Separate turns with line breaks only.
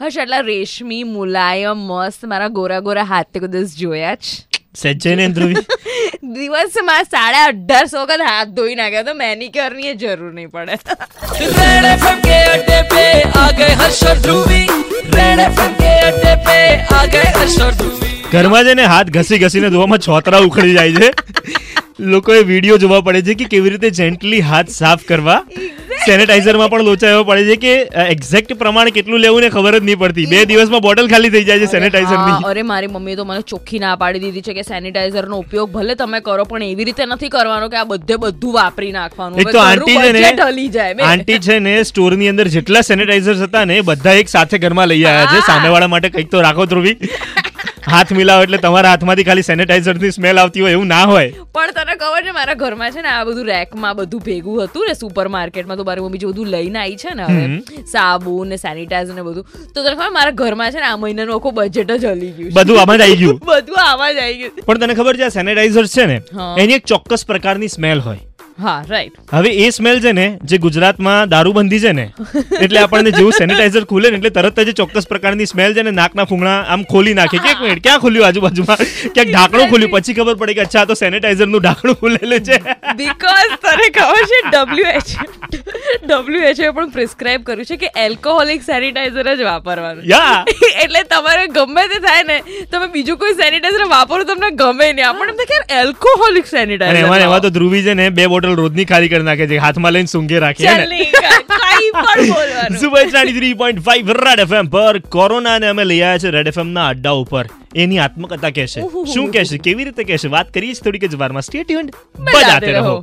હર્ષ આટલા રેશમી મુલાયમ મસ્ત મારા ગોરા ગોરા હાથ તે કોઈ દિવસ જોયા જ
સેજ છે ને ધ્રુવી
દિવસમાં સાડા અઢારસો વખત હાથ ધોઈ નાખ્યા તો મેનિક્યોરની એ જરૂર નહીં પડે
रेड एफएम के अड्डे पे आ गए हर्ष और ध्रुवी रेड एफएम के अड्डे पे आ गए हर्ष और ध्रुवी
ઘરમાં જઈને હાથ ઘસી ઘસીને ધોવામાં છોતરા ઉખડી જાય છે લોકોએ વિડીયો જોવા પડે છે કે કેવી રીતે જેન્ટલી હાથ સાફ કરવા સેનેટાઈઝરમાં પણ લોચાયો પડે છે કે એક્ઝેક્ટ પ્રમાણ કેટલું લેવું ને ખબર જ નહીં પડતી બે દિવસમાં બોટલ ખાલી થઈ જાય છે સેનેટાઈઝરની
હા, અરે મારી મમ્મીએ તો મને ચોખ્ખી ના પાડી દીધી છે કે સેનિટાઈઝરનો ઉપયોગ ભલે તમે કરો પણ એવી રીતે નથી કરવાનો કે આ બધે બધું વાપરી નાખવાનું
એક તો
હવે
આંટી છે
ઘરનું budget હલી જાય
ને
બે.
આંટી છે ને સ્ટોરની અંદર જેટલા સેનેટાઈઝર્સ હતા ને એ બધા એક સાથે ઘરમાં લઈ આવ્યા છે
હા.
સામેવાળા માટે કંઈક તો રાખો ધ્રુવી હાથ મિલાવો એટલે તમારા હાથમાંથી ખાલી સેનેટાઈઝરની સ્મેલ આવતી હોય એવું ના હોય
પણ તને ખબર છે મારા ઘરમાં છે ને આ બધું રેકમાં બધું ભેગું હતું ને સુપર માર્કેટમાં તો મારી મમ્મી જે બધું લઈને આવી છે ને હવે સાબુ ને સેનિટાઈઝર ને બધું તો તને ખબર મારા ઘરમાં છે ને આ મહિનાનું આખું બજેટ જ હલી ગયું છે.
બધું આમાં જ આવી ગયું
બધું આવા જ આવી ગયું
પણ તને ખબર છે આ સેનેટાઈઝર્સ છે ને
હા.
એની એક ચોક્કસ પ્રકારની સ્મેલ હોય
હા રાઈટ
હવે એ સ્મેલ છે ને જે ગુજરાતમાં દારૂબંધી છે ને એટલે આપણને જેવું સેનેટાઈઝર ખુલે ને એટલે તરત જ એ ચોક્કસ પ્રકારની સ્મેલ છે ને નાકના ફૂંગણા આમ ખોલી નાખે કે એક મિનિટ ક્યાં ખુલ્યું આજુબાજુમાં ક્યાંક ઢાંકણું ખુલ્યું પછી ખબર પડે કે અચ્છા આ તો સેનેટાઈઝરનું ઢાંકણું ખુલેલું છે
બીકોઝ તને ખબર છે ડબ્લ્યુએચ ડબ્લ્યુએચએ પણ પ્રિસ્ક્રાઇબ કર્યું છે કે એલ્કોહોલિક સેનિટાઈઝર જ વાપરવાનું
યા
એટલે તમારે ગમે તે થાય ને તમે બીજું કોઈ સેનિટાઈઝર વાપરો તમને ગમે નહીં આપણને એમ થાય કે એલ્કોહોલિક
અને એમાં ને એમાં
સેનિટાઈઝર
તો ધ્રુવી છે ને બે બોટલ રોજની ખાલી કરી નાખે છે હાથમાં લઈને સૂંઘે રાખે હે ને
ચાલી કઈ પણ બોલવાનું
super three point five Red FM પર કોરોનાને અમે લઈ આવ્યા છે રેડ એફએમ ના અડ્ડા ઉપર એની આત્મકથા કહેશે
ઉહુહુ.
શું કહેશે કેવી રીતે કહેશે વાત કરીએ છીએ થોડીક જ વારમાં સ્ટે ટ્યુન્ડ બજાતે રહો